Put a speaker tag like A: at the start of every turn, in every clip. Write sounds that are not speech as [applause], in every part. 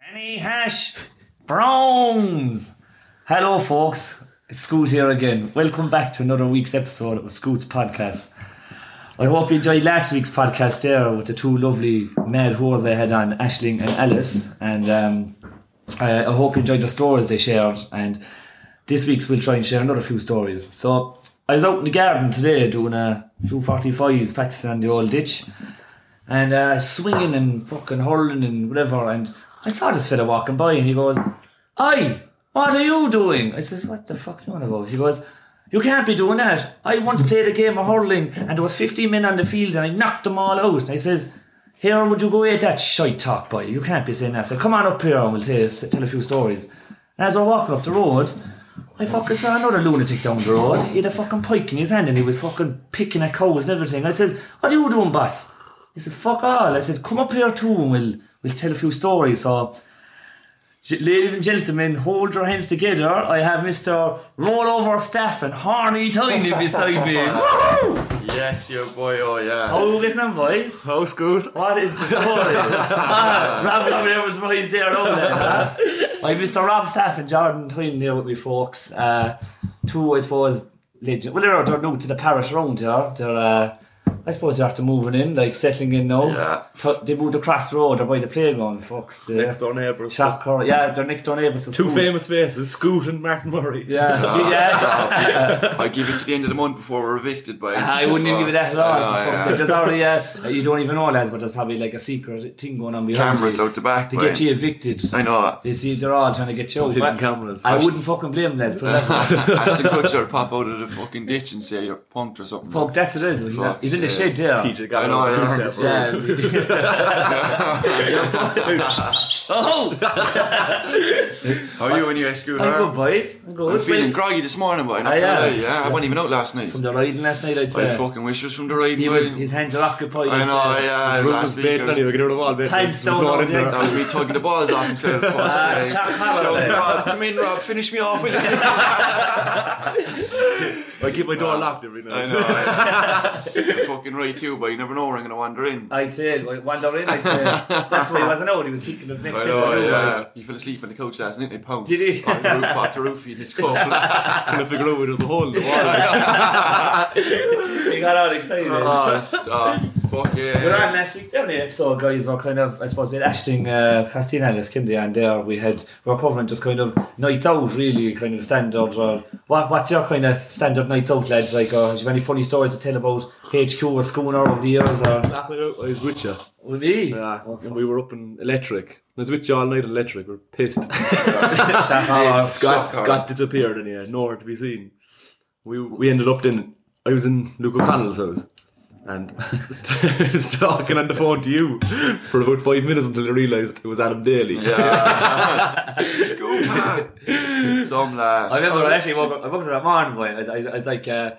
A: Hackney Hash Browns. Hello, folks. It's Scoot here again. Welcome back to another week's episode of Scoot's podcast. I hope you enjoyed last week's podcast there with the two lovely mad whores I had on, Ashling and Alice. And um, I, I hope you enjoyed the stories they shared. And this week's we'll try and share another few stories. So I was out in the garden today doing a few 45s practicing on the old ditch and uh, swinging and fucking hurling and whatever. And I saw this fella walking by and he goes, Oi, what are you doing? I says, What the fuck you want to go? He goes, You can't be doing that. I once played a game of hurling and there was 50 men on the field and I knocked them all out. And I says, Here, would you go eat that shite talk, boy? You can't be saying that. So come on up here and we'll tell, tell a few stories. And as we're walking up the road, I fucking saw another lunatic down the road. He had a fucking pike in his hand and he was fucking picking at cows and everything. I says, What are you doing, boss? He said, fuck all. I said, come up here too and we'll, we'll tell a few stories. So, g- ladies and gentlemen, hold your hands together. I have Mr. Rollover Staff and Horny Tiny beside me. Woohoo!
B: Yes, your boy, oh yeah.
A: How are we getting on, boys?
B: House good.
A: What is the story? ah, Rob over there was right there, on there. Huh? Like Mr. Rob Staff and Jordan Tyne there with me, folks. Uh, two, I suppose, legend. Well, they're, they're new to the parish round here. They're, uh, I suppose, they're after moving in, like settling in now.
B: Yeah.
A: T- They moved across the road or by the playground, folks. Uh,
C: Next door neighbours.
A: Shop Cor- yeah, their next door neighbours. to
C: Two
A: school.
C: famous faces, Scoot and Martin Murray.
A: Yeah,
B: [laughs]
A: gee, yeah.
B: I give it to the end of the month before we're evicted by.
A: I wouldn't even give Ah, it that at all.
B: I know,
A: for fuck's
B: yeah.
A: sake. There's already uh, you don't even know, lads, but there's probably like a secret thing going on behind
B: Cameras
A: you
B: out the back.
A: to
B: boy.
A: get you evicted.
B: I know.
A: They see they're all trying to get you. out.
C: Hidden
A: But
C: cameras.
A: I wouldn't fucking blame them, lads. Put it that way.
B: Ashton Kutcher would pop out of the fucking ditch and say you're punked or something.
A: Fuck, that's it is. He's,
B: Fuck's
A: he's in the shed
B: sake.
A: there.
C: [laughs] Peter got
B: I know,
C: on
B: I
C: the
B: know.
A: Yeah.
C: doorstep.
B: [laughs]
C: [laughs]
A: oh,
B: How are you anyway, Scoot?
A: I'm
B: huh?
A: good, boys. I'm good.
B: I'm feeling
A: Well,
B: groggy this morning, boy. Not
A: I
B: gonna
A: am.
B: lie, yeah, I wasn't even out last night.
A: From the riding last night, I'd
B: I
A: say.
B: fucking wish it was from the rain.
A: he
B: boy.
A: was, his hands are occupied.
B: I
A: I'd
B: know,
A: say.
B: yeah.
C: Room was
B: Last week,
C: baiting
B: I was-
C: anyway, get out of all bed.
A: Pants
C: There's no
A: down
C: one
A: on
C: in there.
A: deck.
B: that
A: [laughs]
B: was me tugging the balls off himself. fuck's
A: Ah,
B: sake.
A: shock collar,
B: Shout,
A: lad.
B: Rob, come in, Rob. Finish me off with
A: [laughs]
B: it.
C: I keep my door locked every
B: I
C: [laughs] night.
B: know. Yeah. You're fucking right too, but you never know where I'm gonna wander in.
A: I'd say, like, wander in, I'd say. That's why he wasn't out. He was kicking
B: [laughs]
A: the next
B: I
A: thing.
B: know,
A: you know.
B: yeah. He fell asleep on the couch last night and he pounced.
A: Did he?
B: On the roof, popped a roofie in his
A: [laughs]
B: coat. oh,
C: Trying to figure out where there's a hole in the wall.
A: He got all excited.
B: Oh, stop. ah, Fuck
A: We're on
B: yeah.
A: last week's Dublin episode, guys. We're kind of, I suppose, with Ashton, uh, Christine Ellis, Kimberly, and there we had, we were covering just kind of nights out, really, kind of standard. Or what, what's your kind of standard nights out, lads? Like, or have you any funny stories to tell about HQ or Schooner over the years? Or
C: Last night out, oh, I was with you.
A: with me?
C: Yeah,
A: Oh,
C: and we were up in Electric. I was with you all night in Electric. We
B: [laughs]
C: are pissed.
A: fuck.
B: Yes.
C: Scott,
B: Sucker.
C: Scott disappeared and he had nowhere to be seen. We we ended up then. I was in Luke O'Connell's house and [laughs] was talking on the phone to you for about five minutes until I realised it was Adam Daly.
B: Yeah.
A: [laughs]
B: Scoop, man. Some lad.
A: [laughs] I remember I actually woke up, I woke up that morning, boy. I, I, I was like, uh, I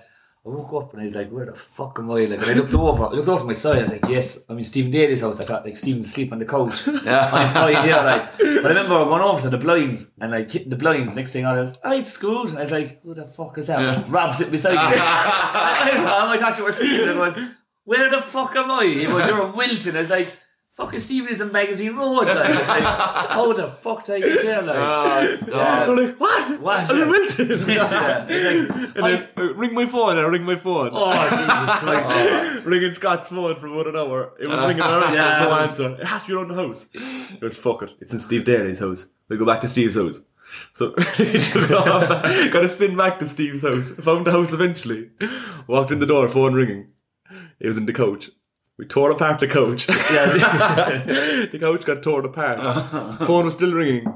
A: woke up and I was like, where the fuck am I? Like, and I looked over, I looked over to my side, I was like, yes, I'm in Stephen Daly's house. I thought, like, Stephen's asleep on the [laughs] couch.
B: Yeah.
A: I'm
B: [laughs]
A: fine here,
C: [laughs]
A: like. But I remember going over to the blinds and, like, hitting the blinds. Next thing I was, I schooled. I was like, who the fuck is that? Rob sitting beside me. [laughs]
C: [laughs]
A: I, I thought you were Stephen. I was, where the fuck am I? He goes, you're in Wilton. I was like, fucking Stephen is in Magazine Road. Like. I was like, how the fuck did I get there?
C: [laughs]
A: Like,
B: Oh,
A: Yeah.
B: stop.
C: And I'm like, what?
A: What?
C: Uh, I'm in Wilton.
A: [laughs]
C: [laughs]
A: Yeah. It's like,
C: And then uh, ring my phone. And I ring my phone.
A: oh, Jesus
C: [laughs]
A: Christ.
C: Ringing Scott's phone for about an hour. It was ringing around.
A: Yeah,
C: no
A: it was-
C: answer. It has to be around the house. It was fuck it. It's in Steve Daly's house. We go back to Steve's house. So [laughs] he took off. Got to spin back to Steve's house. Found the house eventually. Walked in the door. Phone ringing. It was in the coach. We tore apart the coach. [laughs] the couch got torn apart. Phone was still ringing.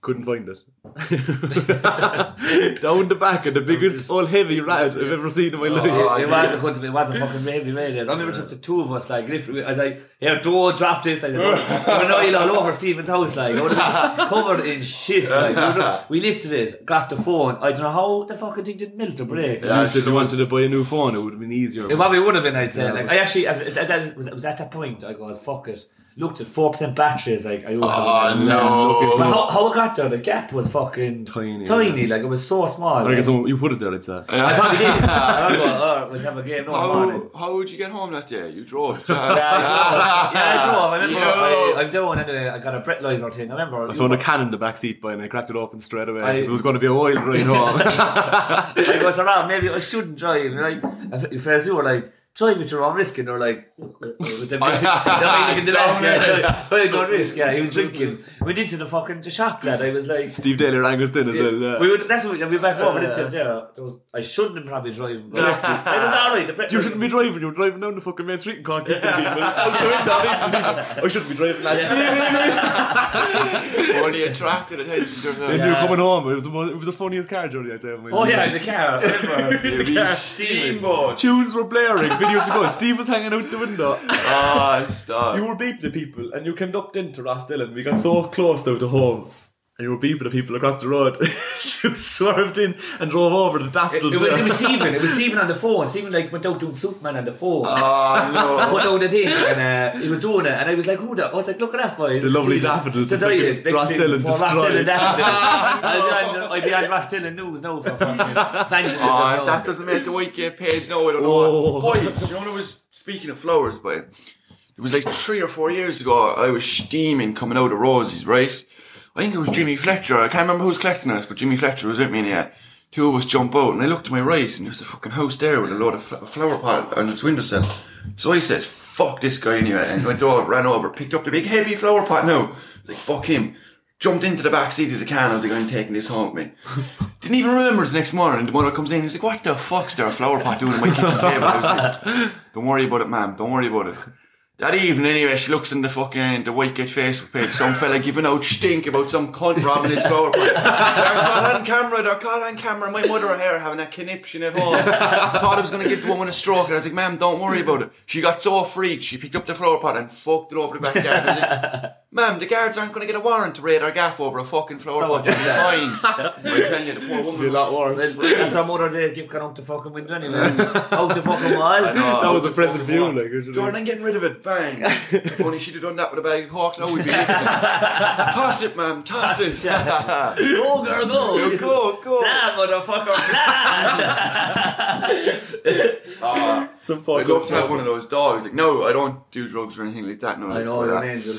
C: Couldn't find it. [laughs] Down the back of the biggest old heavy rat I've ever seen in my life.
B: Oh,
A: It was a cunt, it was a fucking heavy raid. I remember it took the two of us, like, lift, I was like, here, door, drop this. I was like, we're not all over Stephen's house, like, I was [laughs] like, covered in shit. Like, we was- [laughs] we lifted it, got the phone. I don't know how the fucking thing did melt or break.
C: You said you wanted to buy a new phone, it would have been easier.
A: It probably would have been, I'd say. like, I actually, at, at, at, was, was at that point, I goes, fuck it. looked at 4% batteries, like, I
B: Oh,
A: But
B: no.
A: how, how it got there, the gap was fucking
C: Tiny,
A: tiny like it was so small.
C: I
A: like-
C: guess someone- you put it there, uh, it's that.
A: I probably [laughs]
B: [laughs]
A: did. I don't go, oh, let's have a game. No, I'm on it.
B: How, how would you get home that day? You drove.
A: [laughs] Yeah, I drove. Yeah, I drove. I
C: [laughs]
A: remember
B: Yo.
A: I, I'm doing anyway. I got a breathalyzer thing. I remember.
C: I found a can in the back seat, by and I cracked it open straight away.
A: I-
C: 'cause it was going to be a wild ride
A: [laughs]
C: home. [laughs]
A: I goes around. Maybe I shouldn't drive. And like, if- if as you were like, drive at your own risk, and they're like, with the
C: [laughs]
B: Down it.
A: very good risk. Yeah, he was drinking. We did to the fucking the shop lad. I was like.
C: Steve Daly or Angus Dinn as well. yeah.
A: We would, that's what we were back over didn't we? there. there was, I shouldn't have probably driven, but it was alright. The breath-
C: You shouldn't be driving. You're driving down the fucking main street in Cork. hitting people.
A: [laughs]
C: I shouldn't be driving. Like, [laughs]
B: Only attracted attention to
C: And
B: them.
C: you were
A: Yeah.
C: coming home. It was the most, it was the funniest car journey I'd say.
A: Oh yeah, the car. I
C: [laughs]
A: remember.
B: You'd be
A: Yeah, Steven. [laughs]
B: steamboat.
C: tunes were blaring. Videos were going. Steve was hanging out the window.
B: Ah, stop.
C: You were beeping to people, and you came up into Ross Dillon. We got so close though to home. And you were beeping to people across the road. [laughs] she swerved in and drove over the
A: It,
C: daffodils.
A: it was,
C: there.
A: it was Stephen. It was Stephen on the phone. Stephen like went out doing Superman on the phone.
C: Oh,
B: Ah, no.
A: put down the thing and uh, he was doing it and I was like who that I was like look at that boy the
C: lovely daffodils
A: so
C: that fucking
A: delighted
C: Ross Dillon destroyed.
A: [laughs] I'd be on Ross Dillon news now for [laughs] fucking vandalism
B: Oh,
A: now.
B: if that doesn't make the Whitegate page. No, I don't
C: Oh.
B: know. what. Boys, you know, when I was speaking of flowers, but it was like three or four years ago. I was steaming coming out of roses, right? I think it was Jimmy Fletcher. I can't remember who was collecting us, but Jimmy Fletcher was with me. And yeah, two of us jump out, and I looked to my right, and there's a fucking house there with a load of fl- flower pot on its windowsill. So I says, "Fuck this guy anyway," and went over, ran over, picked up the big heavy flower pot. Now, like fuck him. Jumped into the back seat of the car and I was like, I'm taking this home with me. Didn't even remember the next morning. The mother comes in he's like, What the fuck's there a flower pot doing in my kitchen table? I was like, Don't worry about it, ma'am. Don't worry about it. That evening, anyway, she looks in the fucking the Whitegate Facebook page. Some fella giving out stink about some cunt robbing his flower pot. They're caught on camera. They're caught on camera. My mother here having a conniption at home. Thought I was going to give the woman a stroke, and I was like, "Ma'am, don't worry about it." She got so freaked, she picked up the flower pot and fucked it over the backyard. I was like, Ma'am, the guards aren't going to get a warrant to raid our gaff over a fucking flower pot. You'll be fine. I'm telling you, the poor woman.
C: a lot worse.
A: that's our mother did give gone out the fucking window [laughs] anyway out the fucking wall
C: [laughs] That was a present view, like, usually.
B: Jordan, I'm getting rid of it. Bang. if only she'd have done that with a bag of cork, now we'd be. toss it, ma'am. Toss it.
A: go girl go
B: go, go.
A: Blah, motherfucker blah.
B: Ah,
C: Some poor
B: I'd love to have one of those dogs. Like, no, I don't do drugs or anything like that. No,
A: I know
B: but,
A: you're
B: uh,
A: an angel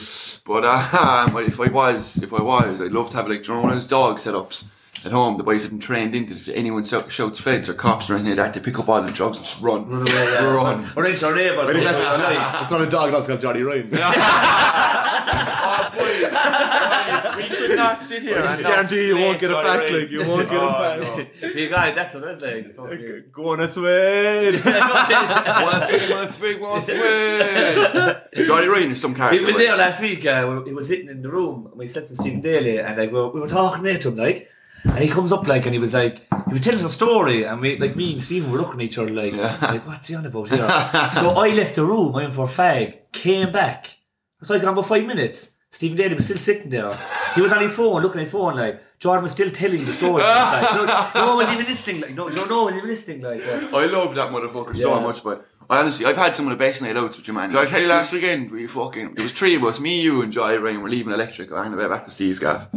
B: But uh, um, if I was, if I was, I'd love to have like you know, one of those dog setups at home. The boys haven't trained into. If anyone so- shouts feds or cops or anything like that, they pick up all the drugs and just run,
A: Run away, yeah.
B: run.
A: or it's our neighbours
C: I think
A: you
C: that's-
A: know, like-
C: It's not a dog, that's called Johnny Ryan. [laughs]
B: Oh, boys, boys, we could not sit here.
C: I guarantee you won't get it back, like, you won't get
A: Oh,
C: it [laughs] back.
A: you guys that's what it's like fucking
C: Go on, that's way.
B: One thing, one thing, one thing. Johnny Ryan is some character.
A: He was
B: like.
A: there last week. Uh, he was sitting in the room, and we slept with Stephen Daly, and like we were, we were talking there to him, like, and he comes up like, and he was like, he was telling us a story, and we, like, me and Stephen were looking at each other like, like what's he on about here?
C: [laughs]
A: so I left the room, I went for a fag, came back, so I was gone about five minutes. Stephen Daly was still sitting there. He was on his phone, looking at his phone, like Jordan was still telling the story. Like, no, no one was even listening. Like, no, no, no one was even listening. Like, uh,
B: I love that motherfucker so
A: Yeah.
B: much, but I honestly, I've had some of the best night outs with you, man. Did I tell you last weekend? We fucking there was three of us, me, you, and Jolly Rain. We're leaving Electric on the way back to Steve's gaff.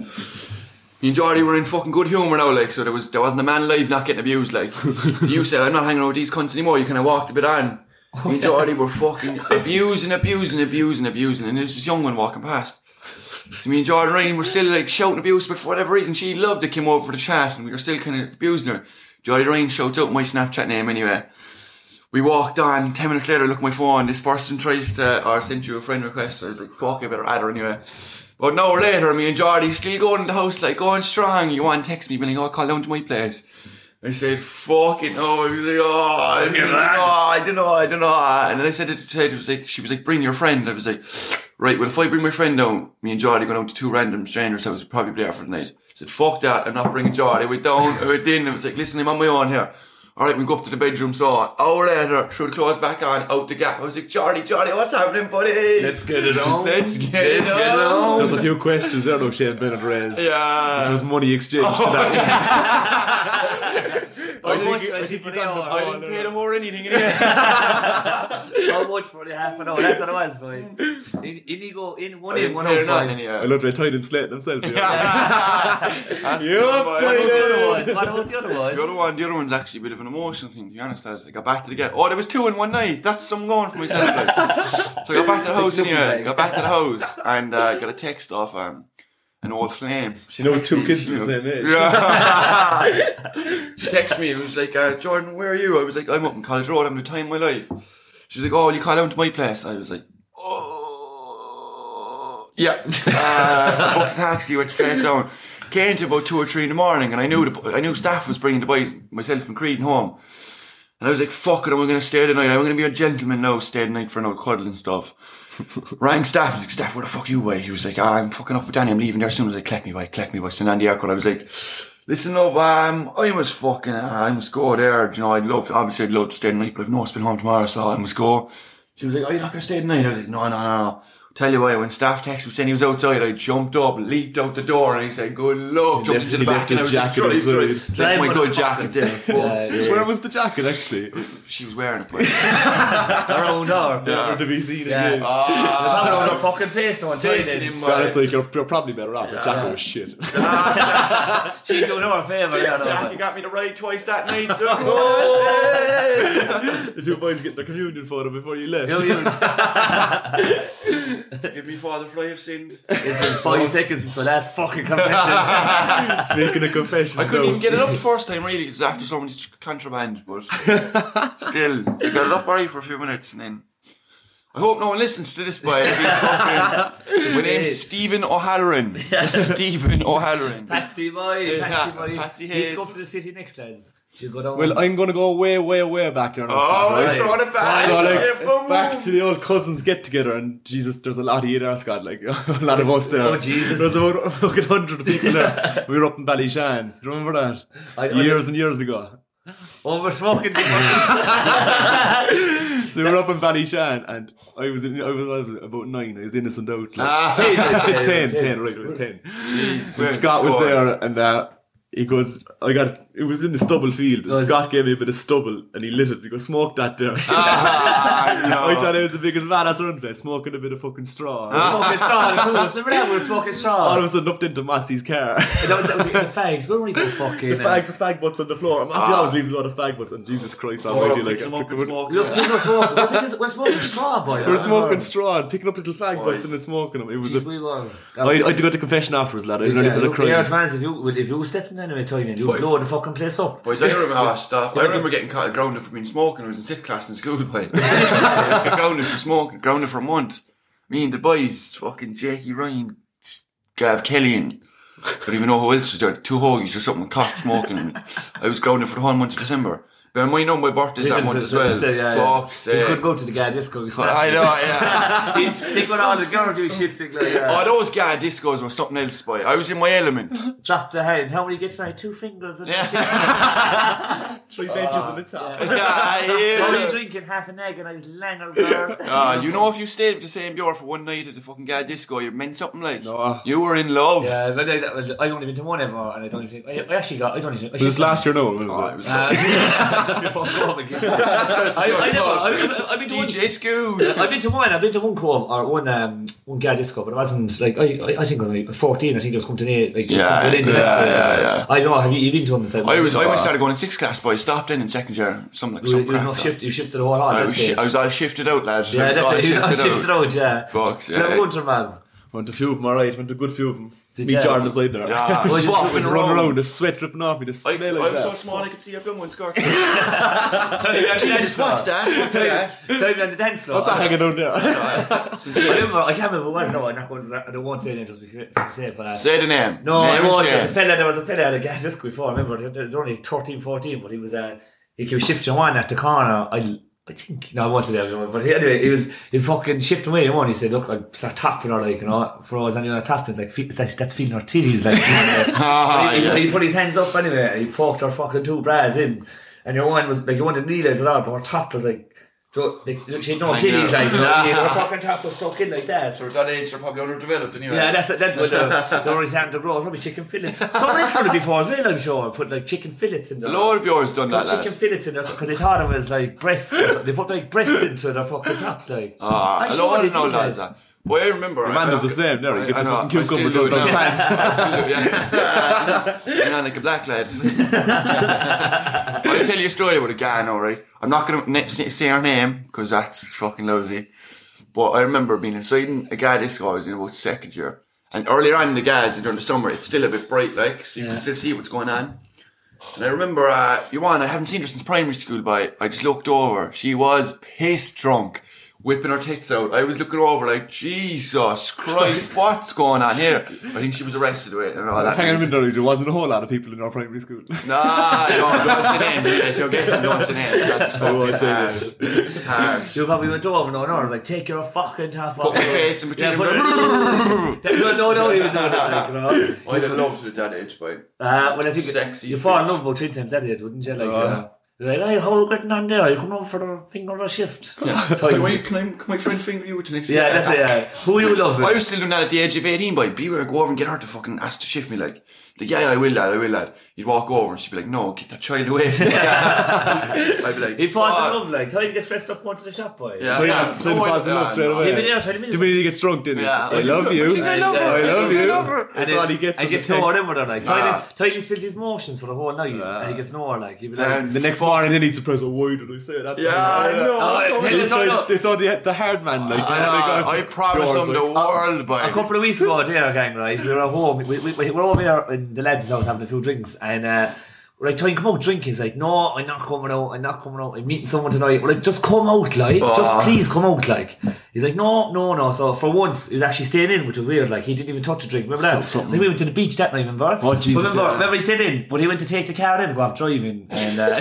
B: Me and Jordy were in fucking good humour now, like, so there was there wasn't a man alive not getting abused, like. So you said, I'm not hanging out with these cunts anymore, you kinda walked a bit on. Me and Jordy were fucking abusing, abusing, abusing, abusing, and there's this young one walking past. So me and Jordan Ryan were still like shouting abuse, but for whatever reason, she loved it, came over for the chat, and we were still kind of abusing her. Jordan Ryan shouts out my Snapchat name anyway. We walked on, 10 minutes later, I look at my phone, this person tries to, or sent you a friend request, so I was like, fuck, I better add her anyway. But an hour later, me and Jordy still going to the house, like, going strong. You want to text me, being like, oh, call down to my place. I said, fucking no. I was like, oh, I don't know, I don't know, I don't know. And then I said it to Ted, it was like, she was like, bring your friend. I was like, right, well, if I bring my friend down, me and Jordy go down to two random strangers' house, we'll probably be there for the night. I said, fuck that, I'm not bringing Jordy. I went down, I went in, I was like, listen, I'm on my own here. All right, we go up to the bedroom, saw an hour later, threw the clothes back on, out the gap. I was like, Johnny, Johnny, what's happening, buddy?
A: [laughs] Let's get it on.
B: [laughs] Let's get
A: Let's
B: it
A: get it
B: on.
A: on.
C: There's a few questions there, though, Shane Bennett raised.
B: Yeah.
C: There was money exchanged
A: [laughs]
C: tonight.
A: How
B: didn't
A: much
B: get-
A: was
C: I
A: he
C: think
A: for
C: it's
A: the
C: on the
A: hour?
B: I didn't pay the whore anything. Yeah.
A: How much for the half an hour? That's what it was, boy. In, in you go, in one
B: [laughs] I
A: in,
B: didn't
A: one
B: pay her
A: out.
B: nothing.
A: boy.
C: I
B: Yeah.
C: love they tied and slate themselves. You
B: [laughs]
C: know?
B: That's
C: You
B: the one, boy.
A: What
C: updated.
A: about the other one? What about the other
B: The
A: one?
B: other one, the other one's actually a bit of an emotional thing. To be honest, I got back to the get. Oh, there was two in one night. That's some going for myself. Like. So I got back to the house anyway. Got back to the house and uh, got a text off um, an old flame.
C: She knows
B: [laughs]
C: two kids from the same age.
B: she texted me. It was like, uh, Jordan, where are you? I was like, I'm up in College Road. I'm the time of my life. She was like, Oh, you call down to my place? I was like, Oh, yeah. [laughs] Uh, booked a taxi, went straight down. Came to about two or three in the morning, and I knew the I knew staff was bringing the boys, myself and Creed, home. And I was like, fuck it, I'm going to stay the night. I'm going to be a gentleman now, stay the night for another cuddle and stuff.
C: [laughs]
B: Rang staff, I was like, staff, where the fuck you away? He was like, ah, I'm fucking off with Danny, I'm leaving there soon. I was like, clap me by, clap me by, send on the aircraft. I was like, listen up, um, I must fucking, uh, I must go there. Do You know, I'd love, obviously I'd love to stay the night, but I've no spin home tomorrow, so I must go. She was like, oh, you're not going to stay the night? I was like, no, no, no, no. Tell you why, when staff texted me saying he was outside, I jumped up, leaped out the door, and he said, good luck, jumped
C: left-
B: into the
C: he
B: back,
C: left
B: and I
C: his
B: was like,
C: jacket
B: drive,
C: outside.
B: drive,
A: Drive,
B: left my good
A: motherfucker.
B: jacket
C: [laughs]
B: there. Fuck.
A: Yeah,
C: Where was the jacket actually?
B: She was wearing it, but.
A: Around her.
C: Or to be seen
A: Yeah.
C: again.
A: Not around her fucking face, no one tell you
B: Taken
A: this.
B: Ah, in
C: To be
B: my-
C: honest, like, you're, you're probably better off. The jacket was shit.
A: [laughs]
C: [laughs]
A: She's doing her a favour. Yeah,
B: Jack, you got me to ride twice that night, so
C: [laughs] the two boys get their communion photo before you left.
A: no, you,
B: Give me father for I have sinned.
A: It's been five seconds since my last fucking confession.
B: [laughs]
C: [laughs] Making a confession.
B: I couldn't even get it up the first time, really, because after so many contraband,
C: [laughs]
B: but still, I got it up alright for a few minutes, and then. I hope no one listens to this, boy. My
C: [laughs]
B: name's Stephen O'Halloran. Stephen O'Halloran.
A: Patsy boy,
B: Yeah,
A: Patsy boy.
B: Patsy
A: Let's go
B: Hayes.
A: up to the city next, lads. She'll go down.
C: Well, I'm going to go way, way, way back there. now,
B: [laughs] Oh,
C: Scott,
B: I'm
C: right?
B: throwing it back.
C: So, like,
B: Yeah, boom,
C: back
B: boom.
C: to the old cousins get together, and Jesus, there's a lot of you there, Scott. Like [laughs] a lot of us there.
A: Oh, Jesus.
C: There's about [laughs] a fucking hundred people there. we were up in Ballyshan. Do you Remember that?
A: I- I
C: years and years ago.
A: over smoking. the-
C: So we were up in Ballyshan, and I was in, I was, I was about nine. I was innocent out. Like,
B: Ah.
A: Jesus,
C: [laughs] ten,
A: yeah,
C: ten, right? It was ten.
B: Where
C: And Scott was
B: score?
C: there, and uh, he goes, "I got." It was in the stubble field. And
A: Was Oh, it?
C: Scott gave me a bit of stubble, and he lit it. He goes, "Smoke that there."
B: Ah, no.
C: [laughs] I thought I was the biggest man that's around there, smoking a bit of fucking straw.
A: Smoking straw, the two of us. Remember that? We were smoking straw.
C: All of a sudden, upped into Massey's car.
A: And
C: [laughs]
A: that was, that was it, the fags. Where were we going fucking?
C: The
A: uh,
C: fags, the fag butts on the floor. And Massey always leaves a lot of fag butts, and Jesus Christ, I'm
B: Oh,
C: already like.
B: pick 'em up and smoke
A: We were
B: 'em.
A: smoking, smoking, we're smoking, we're smoking straw, boy.
C: We're smoking
A: Ah.
C: straw and picking up little fag
B: Boy.
C: butts and then smoking them. It was.
A: Jeez,
C: A,
A: we were.
C: I, I had to go to confession afterwards, lad. I didn't
A: yeah,
C: yeah,
A: look,
C: crime.
A: you're advanced. If you well, if you step in anyway, Tiny, you
B: Boy.
A: blow the fucking place up.
B: Boys, I
A: [laughs]
B: remember how I stopped. I remember getting caught grounded for being smoking. I was in sixth class in school,
A: [laughs]
B: boy. I got grounded for smoking, grounded for a month. Me and the boys, fucking Jackie Ryan, Gav Kelly, and I don't even know who else was there. Two hoagies or something, caught smoking. I was grounded for the whole month of December. Bear in mind, no, my birthday's that month as well.
A: So, yeah, yeah.
B: Fuck's
A: You
B: sake.
A: could go to the guy disco.
B: I know, yeah.
A: Think what all the girls do shifting like uh, that.
B: Oh, those guy discos were something else, boy. I was in my element. [laughs]
A: Drop the hand. How many gets like two fingers? And
B: Yeah.
A: shit.
C: Three benches on the top.
B: Yeah, yeah.
A: How are you drinking half an egg and I was langled there.
B: Ah, you know, if you stayed with the same door for one night at the fucking guy disco, you meant something like
C: No.
B: you were in love.
A: uh, Yeah, but I, that was, I only been to one ever, and I don't even. I, I actually got. I don't even. I
C: Was this
A: should-
C: [laughs] last year? No, wasn't it?
B: Oh, it was
A: Uh, [laughs] just before COVID. yeah. I, I never. I, I, I've been to one.
B: DJ Scoot.
A: I've been to one. I've been to one club or one um one gay disco, but it wasn't like I. I, I think I was like fourteen. I think it was come to near like it was
B: Yeah,
A: come to Lynn
B: yeah,
A: Dexter.
B: yeah, yeah.
A: I don't know. Have you, you been to one? Since
B: I was I always started going in sixth class, but I stopped in in second year. Something like
A: You,
B: some
A: you,
B: crap.
A: know, shift, you shifted the whole lot.
B: I
A: that's
B: was, shi
A: it.
B: I was all shifted out, lads.
A: yeah,
B: I was all
A: definitely. [laughs] I
B: shifted
A: shifted
B: out.
A: out. Yeah.
B: Fucks,
A: Do you ever
B: yeah.
A: go to man?
C: Went a few of them, alright. Went a good few of them. Me,
A: ya?
C: Jordan, was in there.
B: [laughs] Yeah,
A: Was it-
B: bopping
A: was it
C: Running
B: around.
C: around, the sweat dripping off me, the
B: I,
C: smell
B: I
C: like
B: was so
C: that.
B: small I could see I've done one
A: [laughs]
B: scarf.
A: Jesus,
B: Jesus, what's that? What's that?
A: Down on the dance floor.
C: What's that hanging out there?
A: I remember, I can't remember who it was now. I'm not going to, I don't want to say names just because it's safe, but uh,
B: Say the name.
A: No,
B: name
A: I
B: and
A: won't.
B: shame.
A: There's a fella, there was a fella at a gas disco before. I remember they were only 13, 14, but he was uh, he was shifting one at the corner. I I think no, I wasn't there, but he- anyway, he was he was fucking shifting away and one. He said, "Look, I start tapping her like you know, for always anyone tapping, it's like fe- it's like, that's feeling her titties like." [laughs] you know.
B: Ah, [laughs]
A: he, he-
B: yeah.
A: he put his hands up anyway and he poked her fucking two bras in. and your one was like you wanted kneelers at all, but her top was like. jo- Like, she had no
B: I
A: titties,
B: know.
A: like, you know,
B: [laughs]
A: her fucking top was stuck in like that.
B: So at that age, they're probably underdeveloped anyway.
A: Yeah, that's it. That would uh, they're always having to grow. Probably chicken fillets. Somebody put it before as well, I'm sure. Put like chicken fillets in there.
B: A lot of yours done that,
A: Put chicken
B: lad.
A: fillets in there because they thought it was like breasts. they put like breasts into their fucking tops, like.
B: Ah,
A: I'm
B: a
A: sure
B: lot
A: they
B: of no
A: do
B: lads, that. Boy, I remember.
C: man
B: I,
C: does the same, there, he
B: I-
C: gets
B: I
C: a
B: know,
C: fucking
B: I still
C: cucumber
B: do it
C: goes down
B: now.
C: pants.
B: [laughs] Absolutely, yeah. yeah, like a black lad. I'll tell you a story about a guy, all right. I'm not gonna ne- say say her name because that's fucking lousy. But I remember being inside and a guy this guy was in about second year, and earlier on in the guys during the summer, it's still a bit bright, like so you
A: Yeah.
B: can still see what's going on. And I remember uh, Joanne, I haven't seen her since primary school, but I just looked over. She was piss drunk, whipping her tits out. I was looking over like, Jesus
C: [laughs]
B: Christ, what's going on here? I think she was arrested with it and all that.
C: [laughs] Hang on a minute, Dorothy, there wasn't a whole lot of people in our primary school.
B: Nah, no, don't say names. If you're guessing, don't say names. That's
C: [laughs] I
B: fucking
C: won't say
B: harsh.
C: this.
B: harsh.
A: You probably went over no, no. I was like, take your fucking top off.
B: Put my face in between
A: Yeah,
B: them.
A: put it- [laughs] no, no, no, he was doing it, like, you know.
B: I'd have loved it at that age, boy.
A: Uh, well, I think
B: Sexy
A: you fall in
B: bitch.
A: love about three times that age, wouldn't you? Like,
C: Oh.
A: uh, you're like, hey, how are you getting on there? Are you coming over for the finger or shift? Yeah,
B: Can, I, can, I, can my friend finger you to next
A: yeah that's it. Yeah. Who you love?
B: I
A: It?
B: was still doing that at the age of 18, boy. Beware, go over and get her to fucking ask to shift me, like. Like, yeah, yeah, I will, lad, I will, lad. You'd walk over and she'd be like, no, get that child away. [laughs] I'd be like,
A: He falls
B: "Fuck."
A: in love, like, how you get stressed up going to the shop, boy.
B: Yeah,
C: Oh,
B: yeah.
C: yeah, so
B: No,
C: the
B: I-
C: fads in love
B: ah,
C: straight
B: no.
A: You've
C: away.
A: been there 20 minutes.
C: Do we need to get drunk, Dennis?
B: Yeah,
C: I love
B: I
C: you.
B: think I love
A: her.
C: I love
B: I
C: you.
B: love her.
C: That's
A: then-
C: all he gets.
A: And
C: on the
A: gets no
C: text.
A: in with her, like.
B: Ah.
A: Tyler Tyler spills his emotions for the whole night, and he gets no, like. He'd be like,
B: And
C: The next morning, then he's surprised. Oh, why did I say that?
B: Yeah, I know.
A: Oh,
B: Oh,
A: tell
C: They
A: us all
C: saw,
A: up.
C: they saw the, the hard man. Like,
B: I,
C: the one they
B: know,
C: got
B: I
C: for
B: promise
C: drawers,
B: him the
C: like, oh,
B: world, boy.
A: A couple of weeks ago, there, gang, right? We were at home. We, we, we were over there in the lads' house having a few drinks, and uh, we're like, trying to come out drinking. He's like, no, I'm not coming out. I'm not coming out. I'm meeting someone tonight. We're like, just come out, like,
C: Oh.
A: just
B: Aw.
A: please come out, like. He's like, no, no, no. So for once, he's actually staying in, which was weird. Like, he didn't even touch a drink. Remember that?
C: Something.
A: Like, we went to the beach that night. Remember?
C: Oh, Jesus,
A: Remember,
C: yeah.
A: remember he stayed in, but he went to take the car in to go off driving, and uh,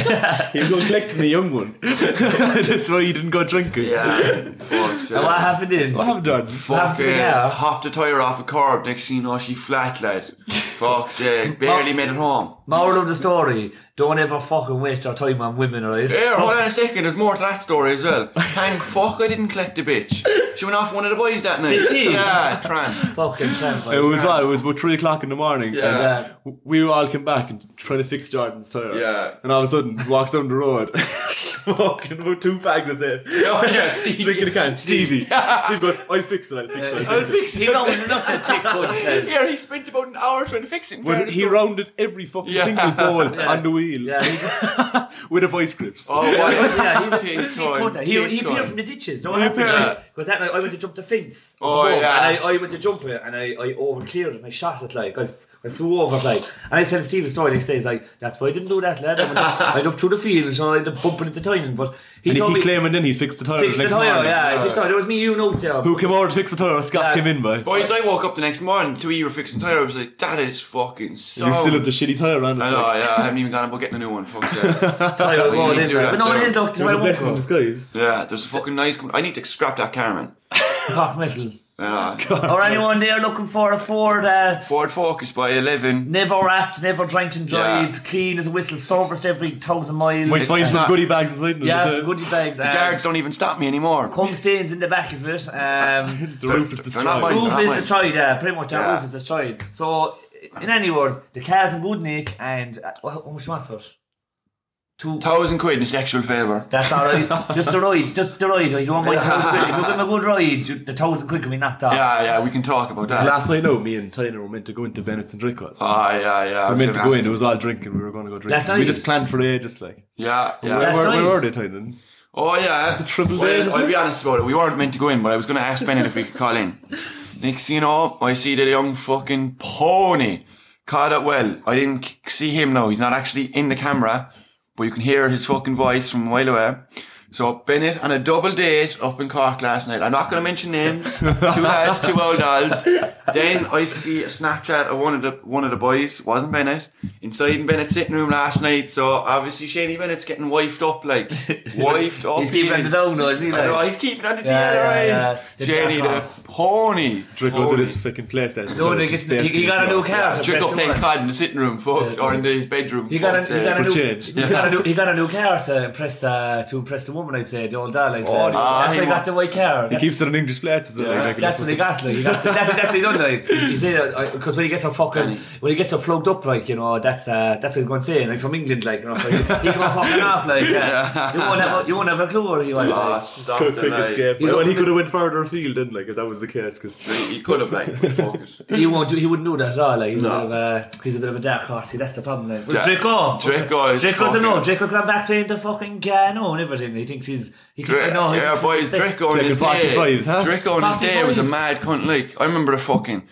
A: [laughs]
C: He was going collecting the
B: [laughs]
C: young one. [laughs] That's why he didn't go
A: [laughs]
C: drinking.
B: Yeah. Fuck's sake.
A: and what happened in?
C: What have I done?
A: happened to the
B: Fucking
A: car?
B: hopped a tyre off a curb. Next thing you know, she flat,
A: [laughs]
B: lad. Fuck's sake. Barely made it home.
A: Moral of the story: Don't ever fucking waste your time on women, right?
B: Here, hold on a second. There's more to that story as well.
A: [laughs]
B: Thank fuck I didn't collect the bitch. She went off one of the boys that night.
A: Did she?
B: Yeah, Tran.
A: Fucking Uh, tramp. right?
C: It was what? It was about three o'clock in the morning.
B: Yeah.
C: and
A: Yeah.
C: we all came back and trying to fix Jordan's tire.
B: Yeah.
C: And all of a sudden, he walks down the road, [laughs] smoking about two bags of it.
B: Oh, yeah,
C: [laughs]
B: Stevie.
C: Drinking a can.
B: [laughs]
C: Stevie. Steve goes, I'll fix it, I'll fix it. I'll
B: I'll
C: fix it.
B: fix
A: He
B: [laughs] him.
A: rounded up the tick
B: [laughs]
A: punch. then.
B: Here, he spent about an hour trying to fix him.
C: When he rounded every fucking
B: Yeah.
C: single bolt
A: Yeah.
C: on the wheel
A: Yeah, he,
C: with a vice grips.
B: Oh, why?
A: yeah, [laughs] he's
B: Tick
A: he,
B: time,
A: he, he,
B: tick
A: he appeared
B: time.
A: from the ditches. No, what happened?
C: appeared-
A: Because that night I went to jump the fence. of
B: Oh,
A: the home,
B: yeah.
A: And I, I went to jump it, and I, I over cleared it, and I shot it like I, f- I flew over it, like. And I said Steve a story next day. He's like, "That's why I didn't do that, lad. I went I went up through the field, and so I ended up bumping into Tynan." But he
C: And he,
A: told
C: he
A: me
C: claiming then he'd fix the tire
A: fix the
C: the next
A: tire.
C: morning.
A: Yeah, I fixed the tire. There was me, you, and out there.
C: Who came over to fix the tire? Scott
A: Yeah.
C: came in by. You
B: Boys, I woke up the next morning to you were fixing tire. I was like, that is fucking so.
C: still have the shitty tire on.
B: I know, yeah, I haven't even gone about getting a new one.
A: [laughs]
B: Fuck's sake.
A: Tire
B: We
A: going
B: need
A: in
B: to
A: there.
B: do
A: But
B: that,
A: no, it
B: so-
A: is locked.
C: It was a blessing
A: Tire
C: in disguise.
B: Yeah, there's a fucking nice. Com- I need to scrap that Carmen.
A: Cock metal.
B: Uh,
A: Or anyone there looking for a Ford. Uh,
B: Ford Focus by 11.
A: Never wrapped, never drank and
B: Yeah.
A: drive, clean as a whistle, serviced every thousand miles.
C: Might find some
B: not-
C: goodie bags inside them.
A: yeah,
C: that's
A: the
C: it.
A: goodie bags. Um,
B: Guards don't even stop me anymore.
A: cum stains in the back of it.
B: [laughs]
A: Um,
C: The roof is
B: They're not
C: destroyed.
B: mine.
A: roof
B: that
A: is
B: way.
A: destroyed. Uh, pretty much, the
B: Yeah.
A: roof is destroyed. So, in any words, the car's in good nick, and uh, how how much you want for it? Two.
B: Thousand quid in sexual favour.
A: That's all
B: [laughs]
A: right. just the ride, just the ride. Right? You want my thousand quid? If you give him a good ride, you- the thousand quid can be knocked off.
B: Yeah, yeah, we can talk about that.
C: Last night, no, me and Tyler were meant to go into Bennett's and Drickwell's.
B: Ah, yeah, yeah.
C: we were
B: was
C: meant to
B: an
C: go
B: ass-
C: in, it was all drinking, we were going to go drinking.
A: Last
C: We
A: night?
C: just planned for ages, like.
B: Yeah,
C: Where,
B: yeah.
A: Last
C: where,
A: night?
C: where are they, Tyler?
B: Oh, yeah.
C: a triple
B: well,
C: day, is
B: I'll
C: it?
B: be honest about it. We weren't meant to go in, but I was going to ask Bennett if we could call in. Next thing you know, I see that young fucking pony caught it well. I didn't c- see him now. He's not actually in the camera, but you can hear his fucking voice from a while away. So Bennett on a double date up in Cork last night. I'm not going to
A: [laughs]
B: mention names. two lads, two old dolls. Then I see a Snapchat of one of the one of the boys wasn't Bennett inside in Bennett's sitting room last night. So obviously Shaney Bennett's getting wifed
A: [laughs]
B: up, like wifed up.
A: He's keeping
B: he
A: on the
B: is.
A: down, though, isn't he?
B: I know,
A: like?
B: he's keeping on the DLRs.
A: Yeah, yeah, yeah. The
B: Jenny
A: jackass.
B: the pony.
C: Drake goes to this fucking place that.
A: No, they get- he- he got a new car.
B: Drake
A: Best
B: up playing
A: one.
B: card in the sitting room, folks,
A: Yeah.
B: or in his bedroom.
A: He got,
B: folks,
A: a, he, got
B: eh.
A: a new,
C: change.
A: he got a new he got a new car to impress uh, to impress the woman I'd say the old doll I'd say.
C: Oh,
A: that's
C: no.
A: why
B: Ah,
A: he
B: he
A: got the white car.
C: He
A: That's,
C: keeps it in English places. though,
B: Yeah.
C: like, [laughs]
A: that's what he got like. He got that's that's what he done like. You see because when he gets so fucking when he gets so plugged up like you know that's uh, that's what he's going to say and I'm from England like you know so he, he go fucking off like
B: [laughs]
A: uh, you won't have a, you won't have a clue where he was.
B: Ah,
A: Like.
B: stop
C: Quick,
B: the
C: quick
B: night.
C: escape.
A: He's
C: well,
A: up-
C: he could have went further afield, didn't like if that was the case. Because
B: He could have, like, but fuck it.
A: He won't do, he wouldn't do that at all like he's,
B: No.
A: a, bit of a, he's a bit of a dark horse see that's the problem like.
B: Da-
A: Well, Draco
B: Draco is
A: Draco's a
B: fucking-
A: no Draco come back playing the fucking piano and everything he thinks he's he
B: Dra-
A: think, no, he
B: yeah,
A: thinks he's
B: boys,
A: the best.
B: Draco on
C: Check
B: his
C: his pocket
B: day.
C: fives, huh?
B: Draco on his
A: Pocket
B: day was a
A: fives.
B: mad cunt. Like, I remember a fucking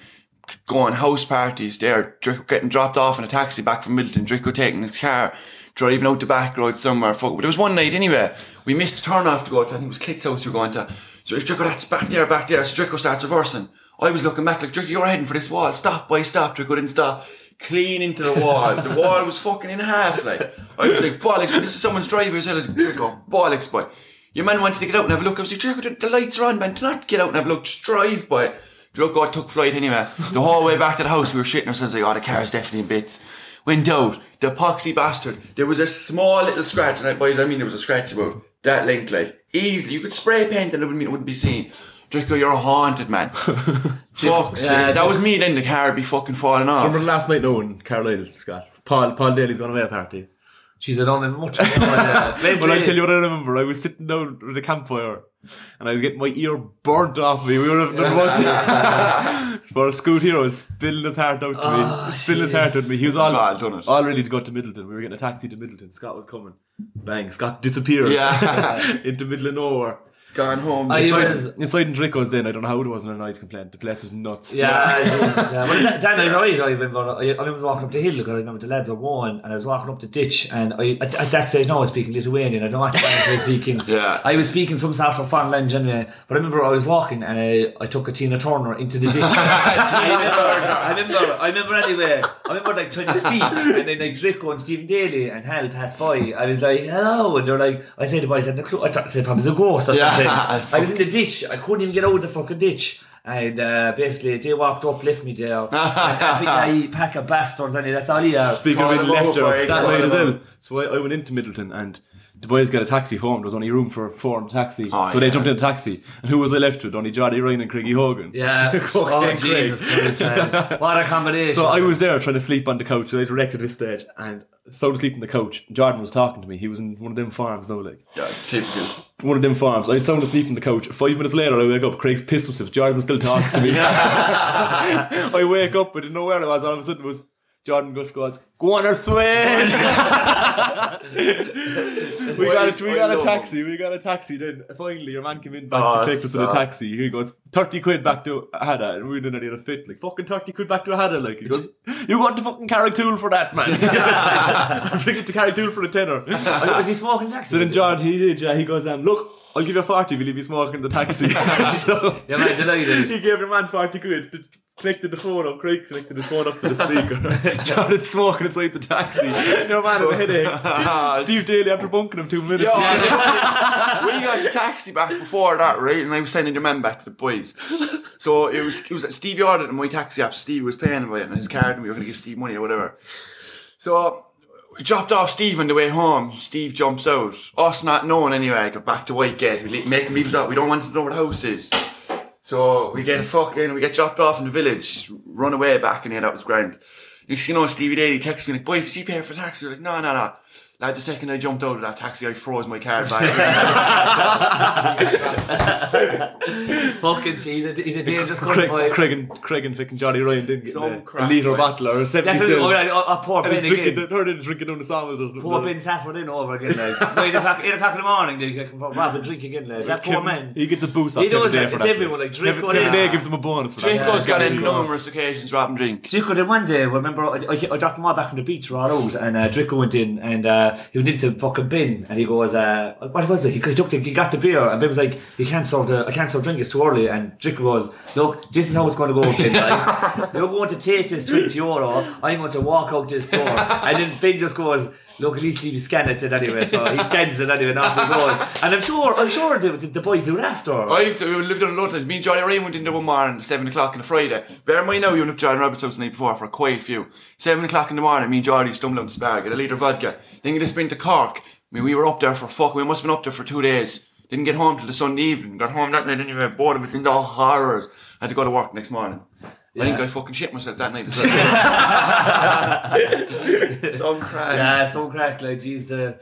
B: going house parties there, Draco getting dropped off in a taxi back from Middleton, Draco taking his car, driving out the back road somewhere. Fuck, but it was one night anyway. We missed the turn off to go to, I think it was Click's house we were going to. So Draco, that's back there, back there. So Draco starts reversing. I was looking back like, Draco, you're heading for this wall. Stop, boy, stop. Draco didn't stop. Clean into the wall. The wall was fucking in half. Like, I was like, bollocks, this is someone's driver. as well. I was like, Draco, bollocks, boy. Your man wanted to get out and have a look. I was like, Draco, the, the lights are on, man. Do not get out and have a look. Just drive, boy. Draco took flight
C: [laughs]
B: anyway. The whole way back to the house, we were shitting ourselves like, oh, the car's definitely in bits. Went out. The poxy bastard. There was a small little scratch. And I, boys, I mean, there was a scratch about that length, like, easily. You could spray paint and it wouldn't, it wouldn't be seen. Draco, you're haunted,
C: [laughs]
B: man. Fuck's
A: Yeah,
B: sake. That
A: Dra-
B: was me then, the car would be fucking falling off.
C: remember last night, no one, Carlisle, Scott, Paul, Paul Daly's gone away party.
A: She's a woman much. [laughs] Well,
C: Well, I tell you what I remember. I was sitting down at a campfire, and I was getting my ear burnt off me. We were there was for a school hero was spilling his heart out to
A: Ah,
C: me, spilling his heart out to me. He was all,
B: God, done it.
C: all ready to go to Middleton. We were getting a taxi to Middleton. Scott was coming. Bang! Scott disappeared
B: Yeah.
C: [laughs] into middle of nowhere.
B: Gone home.
A: I- He
C: Inside,
A: was-
C: inside in Draco's then. I don't know how it was on a noise complaint. The place was
A: [laughs]
C: nuts.
A: Yeah, it was, uh, well, Dan- Dan, I was always, I remember, I I remember walking up the hill because I remember the lads were going, and I was walking up the ditch, and I, at, at that stage, no, I was speaking Lithuanian. I don't know what language I was speaking.
B: [laughs] Yeah.
A: I was speaking some sort of foreign language anyway, but I remember I was walking and I, I took a Tina Turner into
B: [laughs]
A: the ditch. [laughs] I remember, I remember, I remember anyway, I remember like trying to speak, and then like Draco and Stephen Daly and Hal passed by. I was like, hello, and they're like, I said to the boys, I had no clue. I thought, I said, probably it was a ghost or
B: Yeah,
A: something.
B: [laughs] fuck.
A: I was in the ditch, I couldn't even get out of the fucking ditch. And uh, basically, they walked up, left me there.
C: [laughs]
A: And I think I pack of bastards, and that's all he are.
C: Speaking of
B: Call
C: it,
B: them
C: left
B: over,
C: her
B: boy,
C: that
B: call
C: night as
B: them
C: well. So I, I went into Middleton and the boys got a taxi home. There was only room for four in the taxi.
B: Oh,
C: so they
B: yeah.
C: jumped in a taxi. And who was I left with? Only Johnny Ryan and Craigie Hogan. [laughs]
A: Yeah. oh,
C: Fucking
A: Jesus Christ.
C: [laughs]
A: man. What a combination.
C: So I was there trying to sleep on the couch. I directed this stage and sound asleep on the couch. Jordan was talking to me. He was in one of them farms now, like.
B: Yeah,
C: [laughs]
B: typical.
C: One of them farms. I sound asleep on the couch. Five minutes later, I wake up. Craig's pissed himself. Jordan's still talking to me.
B: [laughs]
C: [laughs] I wake up, I didn't know where I was. All of a sudden, it was Jordan Gus goes, Go on, or swim! we
B: Wait,
C: got a, we
B: wait,
C: got a
B: no.
C: taxi. We got a taxi. Then finally, your man came in back
B: Ah,
C: to take us in a
B: stop.
C: taxi. He goes thirty quid back to Hada, and we didn't need a fit. Like fucking thirty quid back to Hada. Like he goes, you got to fucking carry tool for that, man. [laughs] I'm bringing to carry tool for a tenner.
A: Oh, was he smoking Jackson?
C: So then
A: Was he?
C: John, he did. Yeah, he goes, um, look, I'll give you forty. Will you be smoking the taxi? [laughs] so
A: Yeah, man, delighted.
C: he gave your man forty quid. to- Connected the phone up, Craig connected his phone up to the speaker. [laughs] John is smoking inside the taxi. Your man had a headache. Steve Daly after bunking him two minutes.
B: Yo, we got the taxi back before that, right? And I was sending the men back to the boys. So it was it was Stevie ordered my taxi app. Steve was paying by it and his card, and we were going to give Steve money or whatever. So we dropped off Steve on the way home. Steve jumps out. Us not knowing anyway. Got back to Whitegate. We le- making leaves out. We don't want to know where the house is. So we get a fucking we get dropped off in the village. Run away back, and yeah, that was grand. Next thing you know, Stevie Daly texts me like, "Boys, did you pay for the taxi?" We're like, "No, no, no." Like the second I jumped out of that taxi, I froze my card back.
A: Fucking see, he's a, he's a dangerous cunt, boy.
C: Craig, Craig and Craig and Vic and Johnny Ryan didn't get
B: Some
C: in a, a
B: crap,
C: liter
B: like-
C: bottle or a seventy
A: That's
C: cent.
A: what, oh, yeah, oh, oh, poor
C: and
A: Ben
C: then drinking,
A: again.
C: the- heard it drinking down the sawmills. or something.
A: Poor Ben Safford in over again,
C: [laughs]
A: like. 9 o'clock, 8 o'clock in the morning, dude. Like, Rob and drink again, like. That poor
C: Kevin-
A: man.
C: He gets a boost off
A: He
C: Kevin
A: does
C: Day
A: that,
C: for
A: it's
C: that.
A: everyone, like, drink
C: Kevin,
A: what
C: Kevin
A: they-
C: Day gives him a bonus for that.
B: Draco's got
C: Yeah.
B: in numerous occasions robbing drinks.
A: Draco did one day. I remember I, I, I dropped them all back from the beach, right out, and uh, Draco went in, and uh, uh, he went into fucking bin and he goes, uh, what was it? He, he took the, he got the beer and Ben was like, you can't serve the, I can't serve drink, it's too early. And Dick goes, look, this is how it's going to go, Ben, right? You're going to take this 20 euro, I'm going to walk out this door. And then Ben just goes, Look, at least he scanned it anyway, so he scans it anyway, and off he goes. And I'm sure, I'm sure the, the, the boys do it after.
B: I so we lived on a lot of, me and Johnny Ray went into one morning, 7 o'clock on a Friday. Bear in mind now, you went up to John Roberts' house the night before for quite a few. 7 o'clock in the morning, me and Johnny stumbled up the bar, got a litre of vodka. Then we just went to Cork. I mean, we were up there for fuck, we must have been up there for two days. Didn't get home till the Sunday evening. Got home that night anyway, bored of it, in the horrors. had to go to work next morning. I think I fucking shit myself that night as well.
A: [laughs]
B: Some crime.
A: Yeah, so crack, like, geez, the,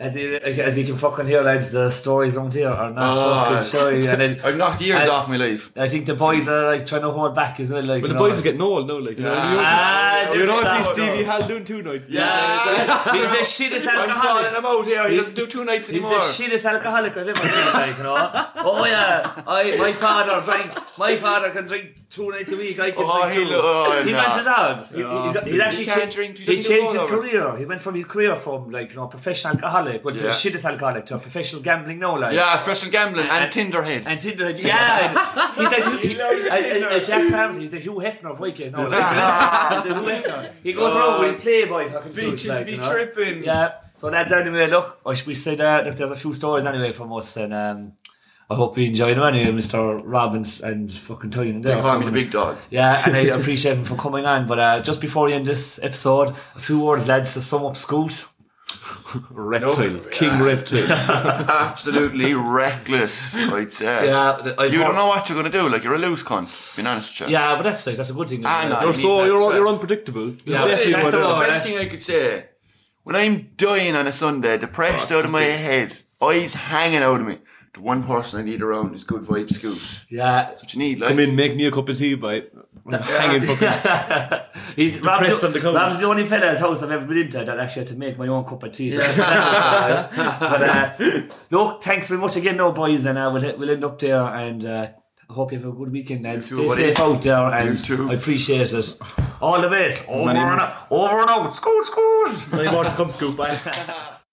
A: as, you, as you can fucking hear, lads, the stories around here are
B: Oh,
A: not fucking sorry. And then,
B: [laughs] I've knocked years
A: I-
B: off my life.
A: I think the boys are like trying to hold back as well. Like, you
C: But the
A: know,
C: boys
A: like-
C: are getting old now, like, you know.
B: Yeah.
C: you
A: Ah,
C: always- [laughs] You
A: just
C: don't see
A: stop,
C: Stevie
A: no.
C: Hal doing two
B: [laughs]
C: nights.
B: Yeah.
A: He's the shittest
B: I'm calling
A: alcoholic.
B: him out here. He doesn't do two nights
A: He's the
B: anymore.
A: shittest alcoholic I've ever seen. Like, you know. [laughs] Oh yeah, I my father drank. My father can drink two nights a week. I can
B: Oh,
A: drink
B: he
A: two.
B: lo- oh,
A: he
B: nah.
A: went to dogs. He, he's, got, he's actually
B: can't
A: changed-
B: drink, he
A: he's
B: doesn't do
A: changed his
B: rollover.
A: career. He went from his career from like you know professional alcoholic, well, to
B: Yeah.
A: a shittest alcoholic to a profestional gambling now. Like
B: Yeah, professional gambling and, Tinderhead.
A: And Tinder, yeah. he's like, he, I-
B: loves
A: I-
B: Tinder.
A: I- Jack Farms, he's the Hugh Hefner of Waking.
B: [laughs]
A: No, like, the Hugh Hefner. He goes around with his Playboy fucking suits,
B: Bitches
A: like,
B: be
A: you know.
B: tripping.
A: Yeah. So that's anyway. Look, I should- we said uh, look, there's a few stories anyway from us, and um, I hope you enjoyed them anyway, Mister Robbins and fucking Tyne.
B: They call me the Oh,
A: [laughs]
B: big dog.
A: Yeah,
B: [laughs]
A: and I appreciate him for coming on. But uh, just before we end this episode, a few words, lads, to sum up Scoot.
C: Reptile. King
B: [laughs]
C: Reptile.
B: Absolutely reckless, I'd say.
A: Yeah, th- I've
B: You
A: heard-
B: don't know what you're going to do. Like, you're a loose cunt. Being honest with you.
A: Yeah, but that's like, that's a good thing.
B: Ah, no.
C: You're so, you're, you're unpredictable.
A: Yeah.
C: Definitely
A: That's
C: one
A: the
C: of them.
A: one.
B: The best thing I could say, when I'm dying on a Sunday, depressed
A: Oh,
B: out of my head, eyes hanging out of me, the one person I need around is good vibes school. That's
A: Yeah,
B: what you need, like.
C: Come in, make me a cup of tea, mate.
A: [laughs]
C: Hanging fucking.
A: He's Rob's,
C: Depressed on the couch.
A: Rob's the only fella at his house I've ever been into that actually had to make my own cup of tea. [laughs] but uh, look, thanks very much again, though, boys, and uh, we'll, we'll end up there. And uh, I hope you have a good weekend, and
B: too,
A: stay
B: buddy.
A: safe out there. And
B: too.
A: I appreciate it. All the best. Over and out. Over and out. Scoot, scoot. [laughs]
C: Any more to come, Scoop? Bye.